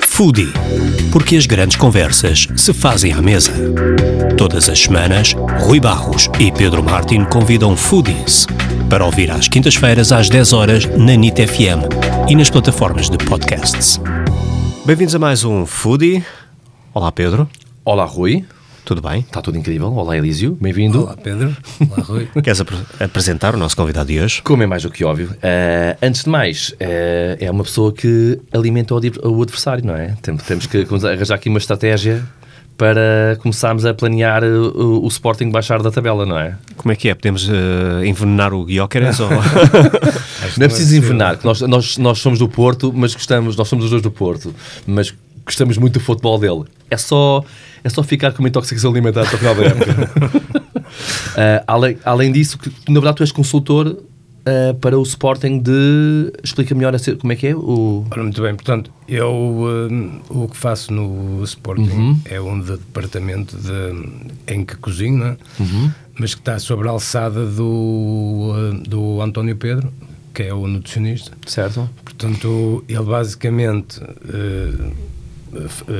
Foodie, porque as grandes conversas se fazem à mesa. Todas as semanas, Rui Barros e Pedro Martin convidam foodies para ouvir às quintas-feiras às 10 horas na NIT FM e nas plataformas de podcasts. Bem-vindos a mais um Foodie. Olá Pedro, Olá, Rui. tudo bem? Está tudo incrível. Olá, Elísio. Bem-vindo. Olá Pedro, olá Rui. Queres apre- apresentar o nosso convidado de hoje? Como é mais do que óbvio. eh, antes de mais, eh, é uma pessoa que alimenta o adver- o adversário, não é? Tem- Temos que começar a arranjar aqui uma estratégia para começarmos a planear eh, o, o Sporting baixar da tabela, não é? Como é que é? Podemos eh, envenenar o Guióqueres ou... Não é preciso envenenar, que nós, nós, nós somos do Porto, mas gostamos, nós somos os dois do Porto, mas gostamos muito do futebol dele. É só, é só ficar com uma intoxicação alimentar até o final da época. Ah, além, além disso, que, tu, na verdade tu és consultor ah, para o Sporting de... Explica melhor a ser- como é que é o... Ora, muito bem, portanto, eu hum, o que faço no Sporting é um de- departamento de, em que cozinho, não é? mas que está sobre a alçada do, hum, do António Pedro, que é o nutricionista. Certo? Portanto, ele basicamente eh, hum, f-